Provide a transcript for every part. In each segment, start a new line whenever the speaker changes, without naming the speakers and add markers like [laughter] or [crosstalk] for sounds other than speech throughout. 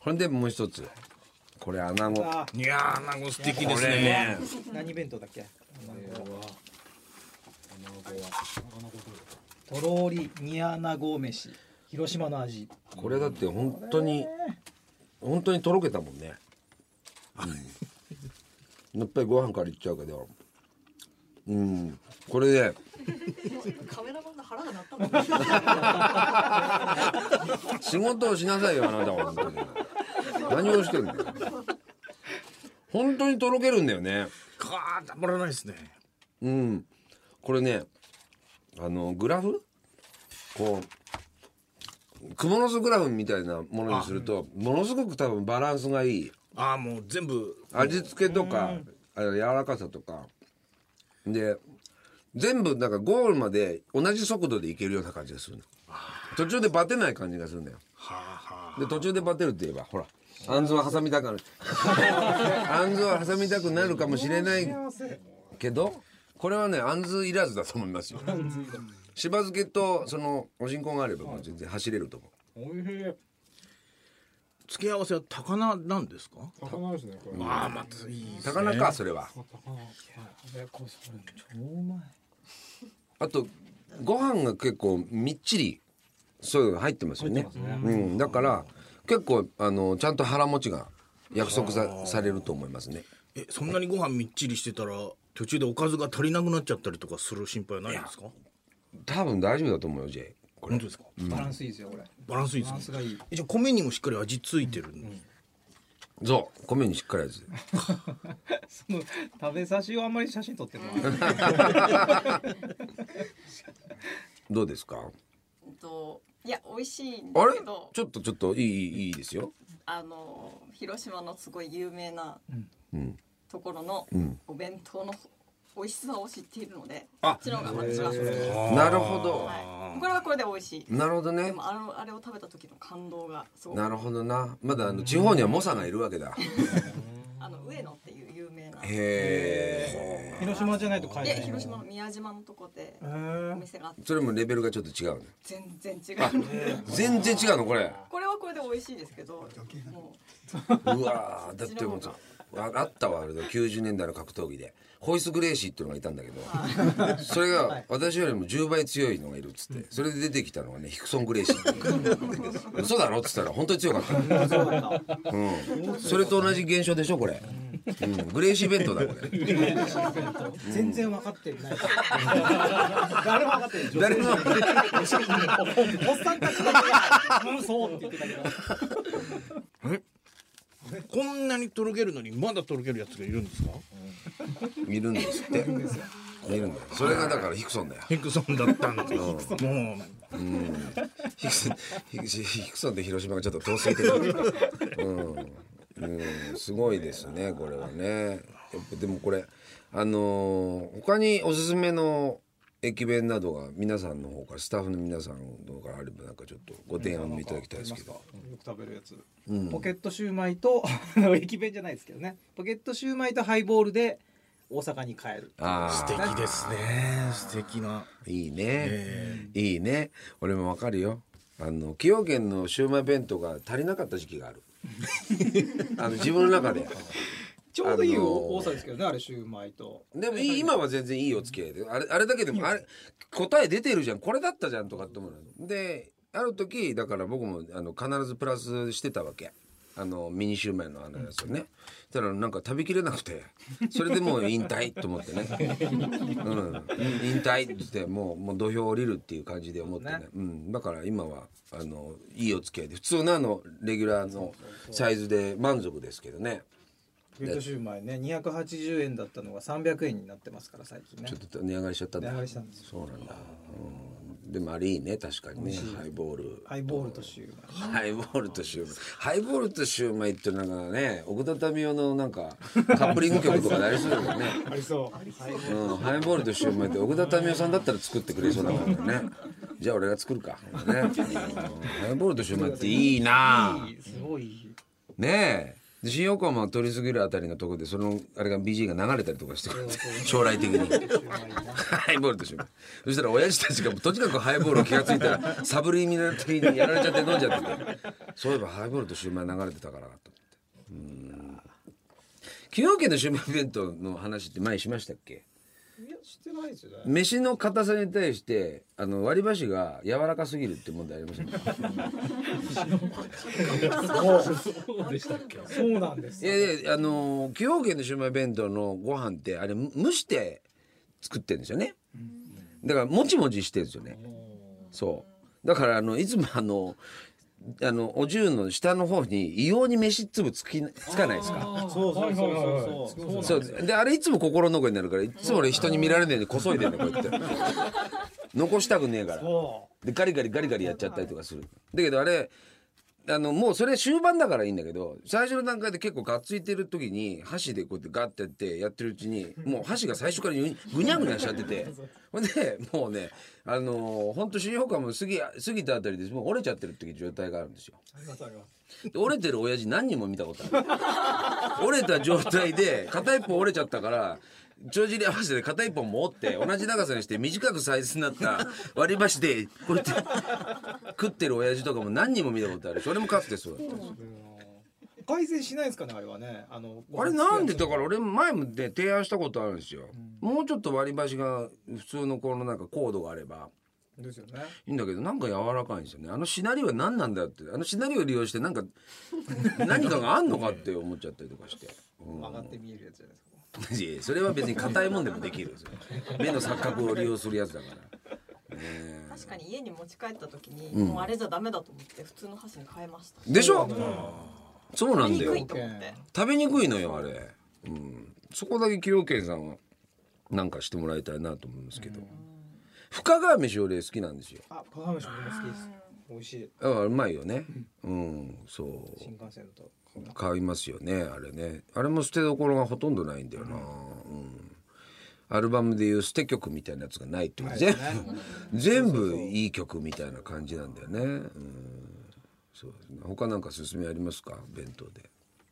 ほんでもう一つこれ穴子
あ
いやー、なんか素敵です
これ
ね。
ね
何弁当だっけとろり煮穴子飯広島の味
これだって本当に本当にとろけたもんね、うん、やっぱりご飯からいっちゃうけどうんこれで
カメラマンの腹が鳴ったもんね。
仕事をしなさいよあなたは本当に何をしてんだよ本当にとろけるんだよね
かー、たまらないですね。
うんこれねあのグラフこうクモの巣グラフみたいなものにするとものすごく多分バランスがいい
ああ、もう全部。
味付けとかあの柔らかさとかで全部なんかゴールまで同じ速度でいけるような感じがするの途中でバテない感じがするんだよ
はあはあ。
で途中でバテるって言えばほらあんずは挟みたくな
[laughs]
るあんずは挟みたくなるかもしれないけどこれはねあんずいらずだと思いますよしば漬けとそのお新香があればもう全然走れると思う
おいしい
付け合わせは高菜なんですか。
魚ですねこれ
ああ、またいいですね。
高菜かそれは
魚はいえこれそれ
超うまい
あとご飯が結構みっちりそういうのが入ってますよねうん、だから結構あのちゃんと腹持ちが約束さされると思いますね
え、そんなにご飯みっちりしてたら、途中でおかずが足りなくなっちゃったりとかする心配はないんですか。
多分大丈夫だと思うよ J こ
本
れ
当ですか。
バランスいいですよこれ
バランスいい
バラ
で
ン
す
ス
ね。
がいい
えじゃあ米にもしっかり味付いてるんです
そう米にしっかり味
その食べさしをあんまり写真撮ってこ [laughs] ない
どうですか
うんといや美味しいんで
あ
す
れ
けど、
ちょっとちょっといいいいいいですよ
あの広島のすごい有名な
うん
ところの
うん
お弁当の美味しさを知っているので、
あ
こっちの方が私は好きです。
なるほど
はい、これはこれで美味しい。
なるほど
で
ね
もあのあれを食べた時の感動がすごく
なるほどなまだあの地方には猛者がいるわけだ
あの上野っていう有名な。
へえ
広島じゃないと買えな
で
い
広島の宮島のとこでお店があって
それもレベルがちょっと違うね
全然違うの
全然違うのこれ
これはこれで美味しいですけども
うわーだってもうさああったわあれだ90年代の格闘技でホイス・グレイシーっていうのがいたんだけどそれが私よりも10倍強いのがいるっつってそれで出てきたのがねヒクソン・グレイシーっていうの嘘だろっつったら本当に強かった、うん、それと同じ現象でしょこれ、うん、グレイシー弁当だこれ
全然分かって [laughs] ない誰も分かってない
誰も
おっさんたちだけが「うんそう」って言ってたけど
えこんなにとろけるのにまだとろけるやつがいるんですか
いるんですっているんだよそれがだからヒクソンだよ
ヘクソンだったんだもう
ヒクソンヒクヒクソンと広島がちょっと遠すぎてる、うんうん、すごいですねこれはねやっぱでもこれあのー他におすすめの駅弁などが皆さんの方からスタッフの皆さんの方からあればなんかちょっとご提案をいただきたいですけど、
よく食べるやつ
ポケットシューマイとあの駅弁じゃないですけどねポケットシューマイとハイボールで大阪に帰る
あ
素敵ですね素敵ない
いね、いいね俺もわかるよあの崎陽軒のシウマイ弁当が足りなかった時期があるあの自分の中で
ちょうどいい
あのー
多さですけどねあれシューマイと
でもいい今は全然いいお付き合いであれあれだけでもあれ答え出てるじゃんこれだったじゃんとかって思うのである時だから僕もあの必ずプラスしてたわけあのミニシューマイのあのやつをねたらなんか食べきれなくてそれでもう引退と思って [laughs] ね、うん、引退ってってもうもう土俵降りるっていう感じで思ってね
ね
うん、だから今はあのいいお付き合いで普通のあのレギュラーのサイズで満足ですけどね
ポケットシューマイね280円だったのが300円になってますから最近ね
ちょっと値上がりしちゃったん
値
だ
上がりしたんですよ
そうなんだ、うん、でもあれいいね確かにねハイボール
ハイボールとシューマイ
ハイボールとシューマイハイボールとシューマイってなんかね奥田民生のなん
[laughs]
かカップリング曲とかでありそうだもんね、
ありそう
うん、ハイボールとシューマイって奥田民生さんだったら作ってくれそうだからねじゃあ俺が作るか、ね、うんハイボールとシューマイっていいない
いすごいいい
ねえで新横浜を通り過ぎるあたりのところでそのあれが BG が流れたりとかしてくる将来的にハイボールとしようそしたら親父たちがとにかくハイボールを気がついたらサブリミナル的にやられちゃって飲んじゃっててそういえばハイボールとシュウマイ流れてたからなと思ってうん崎陽軒のシュウマイ弁当の話って前にしましたっけ
いやしてないですよね
飯の硬さに対してあの割り箸が柔らかすぎるって問題ありませんか
そうでしたっけ
そうなんです
いやいやあのー崎陽軒のシウマイ弁当のご飯ってあれむ蒸して作ってるんですよねだからもちもちしてるんですよねそうだからあのいつもあのあのお重の下の方に異様に飯粒つきつかないですか
そうそうそうそうそう
そうであれいつも心の声になるからいつも俺人に見られないようにこそいでんのこうやって残したくねえからでガリガリガリガリやっちゃったりとかするだけどあれあのもうそれ終盤だからいいんだけど最初の段階で結構がっついてる時に箸でこうやってガッてやってやってるうちにもう箸が最初からゆぐにゃぐにゃしちゃっててほんでもうねあのー、ほんと新横浜も過ぎ過ぎたあたりでもう折れちゃってるっていう状態があるんですよ。で折れてる親父何人も見たことある折れた状態で片一本折れちゃったから帳尻合わせて片一本も折って同じ長さにして短くサイズになった割り箸でこうやって食ってる親父とかも何人も見たことあるそれもかつてそうだった
改善しないですかねあれはねあの
あれなんでだから俺前もね提案したことあるんですよ、もうちょっと割り箸が普通のこのなんかコードがあれば
ですよね
いいんだけどなんか柔らかいんですよねあのシナリオは何なんだよってあのシナリオを利用してなんか何かがあんのかって思っちゃったりとかして、うん
上がって見えるやつじゃないですか
いやいやそれは別に硬いもんでもできるんですよ目の錯覚を利用するやつだから、ねえ
確かに家に持ち帰った時に、もうあれじゃダメだと思って普通の箸に変えました
でしょそうなんだ
食べに
よ
くいと思って
食べにくいのよあれ、うん、そこだけ崎陽軒さんはなんかしてもらいたいなと思いますけど深川飯俺好きなんですよ
あパガメシも好きです美味しい
だからうまいよねうんそう
新幹線だと
買いますよねあれねあれも捨てどころがほとんどないんだよな、うんアルバムでいう捨て曲みたいなやつがないってこと全部 [laughs] 全部いい曲みたいな感じなんだよね、うん、そうですね他なんか勧めありますか弁当で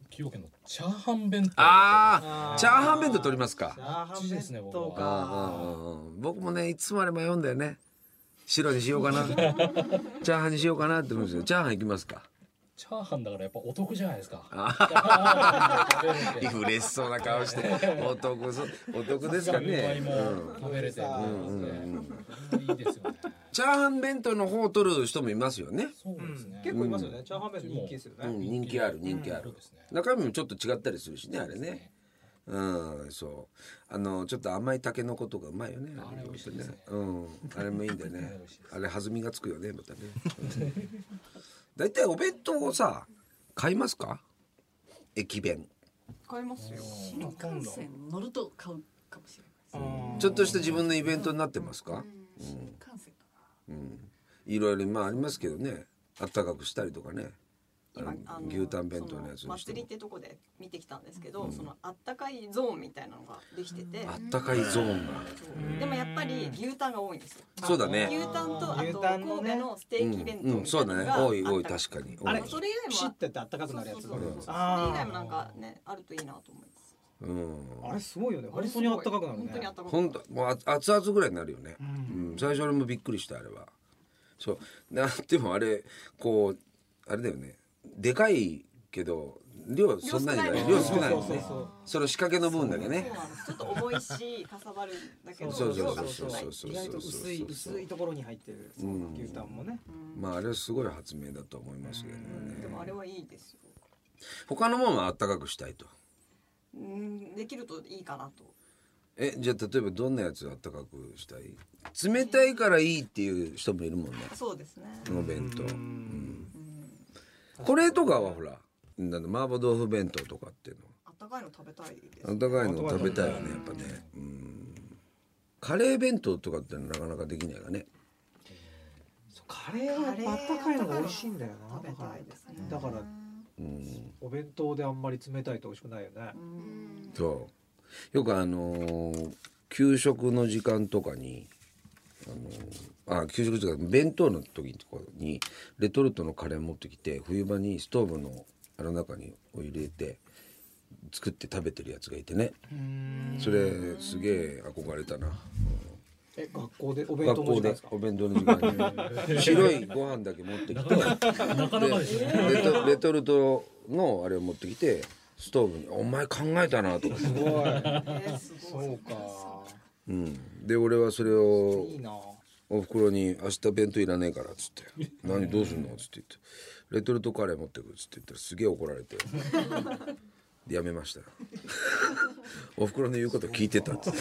崎陽軒のチャーハン弁当
ああチャーハン弁当取りますか
あ
こっちですね僕は
うんうんうんうん僕もねいつもあれ迷うんだよね白にしようか [laughs] なチャーハンにしようかなって思うんですけどチャーハンいきますか
チャーハンだからやっぱお得じゃないですか。
嬉しそうな顔してお得そお得ですかね、うん
食べれて、いいですよね。
チャーハン弁当の方を取る人もいますよね。
そうですね。
結構いますよねチャーハン弁当人気ですよ
う
ね
ん、人気ある人気あ
そう
る
で。すね。
中身もちょっと違ったりするしねあれね。うん、そう。あのちょっと甘いタケノコとかうまいよね。あれ
美味しいですね
うん、あれもいいんだよね
美味しいで。
あれ弾みがつくよねまたね。だいたいお弁当をさ買いますか？駅弁。
買いますよ
新幹線乗ると買うかもしれないです
ちょっとした自分のイベントになってますか？
新幹線か
いろいろまあありますけどね。あったかくしたりとかね。
今
あの牛タン弁当のやつ
そ
にして
祭り
も
っ。てとこで見てきたんですけど、そのあったかいゾーンみたいなのができてて、
あったかいゾーンが。
そうでもやっぱり牛タンが多いんですよ
そうだね
牛タンとあ
牛
と
タン
神
の
戸
ね
のステーキ弁当
うん、
みた
そ
いうな
だ
の
ね
が
多い多い
あった
確かに
あれ
それ以
ピ
外
シッ
も
てやってあったかくなるや
そう
つ
そうそうそうそれ以
あー
外もなんかねあるといいなと思います
うん
あれすごいよね本当にあったかくなる
本当にあ
ね
ったかくな
ほ
る
んともうあ熱々ぐらいになるよね、うん最初俺もびっくりしたあれはそうなでもあれこうあれだよねでかいけど量そんなにない量
量
少
少
な
ないい
よね
そうそうそう
その仕掛けの分だけね
そうなんですちょっと重いしかさばるんだけど
そうそう
量
そ
が
う
少
そう
な
そ
いう
そう
意外と薄い薄いところに入ってる牛タンもね
まああれはすごい発明だと思いますけどね
でもあれはいいですよ
他のものはあったかくしたいと
うんできるといいかなと
えじゃあ例えばどんなやつをあったかくしたい冷たいからいいっていう人もいるもんね
そうですね
お弁当うんこれとかはほらなんだ麻婆豆腐弁当とかっていうの
あったかいの食べたいです
あったかいの食べたいよねやっぱねうんカレー弁当とかってなかなかできないからね
そうカレーはやっぱあったかいのが美味しいんだよな
食べたいですね
だから
うん
お弁当であんまり冷たいと美味しくないよね
そうよくあのー給食の時間とかにあのーあ給食時間弁当の時とかにレトルトのカレー持ってきて冬場にストーブのあの中にを入れて作って食べてるやつがいてね
うん
それすげえ憧れたな
え学校でお弁当
学
の
校
時間で
です
か
お弁当の時間に白いご飯だけ持ってきて
なかなかですね。
でレトレトルトのあれを持ってきてストーブに「お前考えたな」とか、
すごい
えーすごい
[laughs] そうか
うん、で俺はそれを
いいな
おふくろに「明日弁当いらねえから」っつって「何どうすんの?」っつって言って「レトルトカレー持ってく」っつって言ったらすげえ怒られてでやめましたおふくろの言うこと聞いてたっつって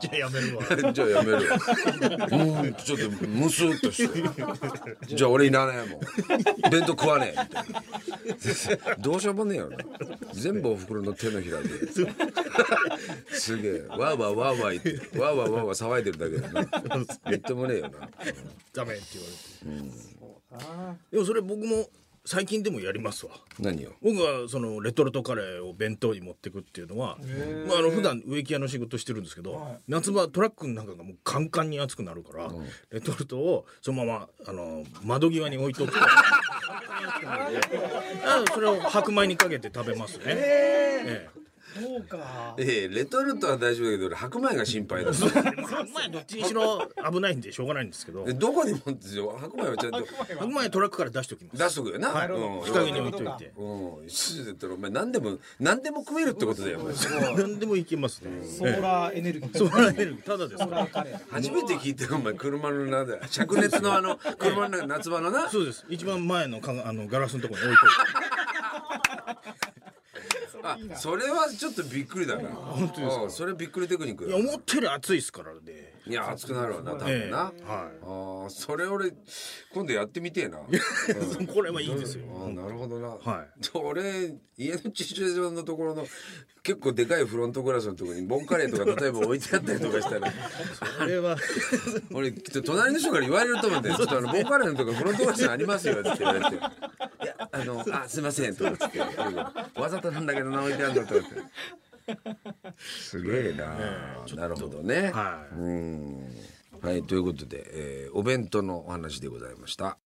じゃあやめるわ。
「じゃあやめるわ」うんちょっとムスっとして「じゃあ俺いらねえもん弁当食わねえ」みたいなどうしようもねえよな全部おふくろの手のひらですげえわーわーわーわー言ってわーわーわーわー騒いでるだけだなみっともねえよな。
ダメって言われて。でもそれ僕も最近でもやりますわ。
何を
僕はそのレトルトカレーを弁当に持ってくっていうのは、まあ、あの普段植木屋の仕事してるんですけど、夏場トラックの中がもうカンカンに暑くなるから、レトルトをそのままあの窓際に置いとくとあそれを白米にかけて食べますね。ええ
そうか
ええレトルトは大丈夫だけど俺白米が心配だ
白米どっちにしろ危ないんでしょうがないんですけど
えどこにもですよ白米はちゃんと
白米トラックから出しときます
出しとくよな、
はい
うん
日陰に置いといて
うん一時だったらお前何でも何でも食えるってことだよお前
何でもいけますね
ソーラーエネルギー
ソーラーエネルギーただですから
カレー
初めて聞いた
[laughs]
よお前車の中で灼熱のあの車の中夏場のな
そうです一番前のかがあのガラスのところに置いといて
あそれはちょっとびっくりだな本当ですそれびっくりテクニック
い
だ
や思ったより暑いですからね。
いや熱くなるわな多分な、
ええは
ああそれ俺今度やってみてえな
い。 [laughs] これはいいですよ。
あーなるほどな、
は
俺家の駐車場のところの結構でかいフロントグラスのところにボンカレーとか例えば置いてあったりとかしたら
これは
俺きっと隣の人から言われると思うんだよ「ちょっとあのボンカレーのとこフロントグラスにありますよ」って言われて「いやあのあすいません」とかっつって「わざとなんだけど名前ってあんだ」とかってすげえな、なるほどね、
は
うんはいということで、えーお弁当のお話でございました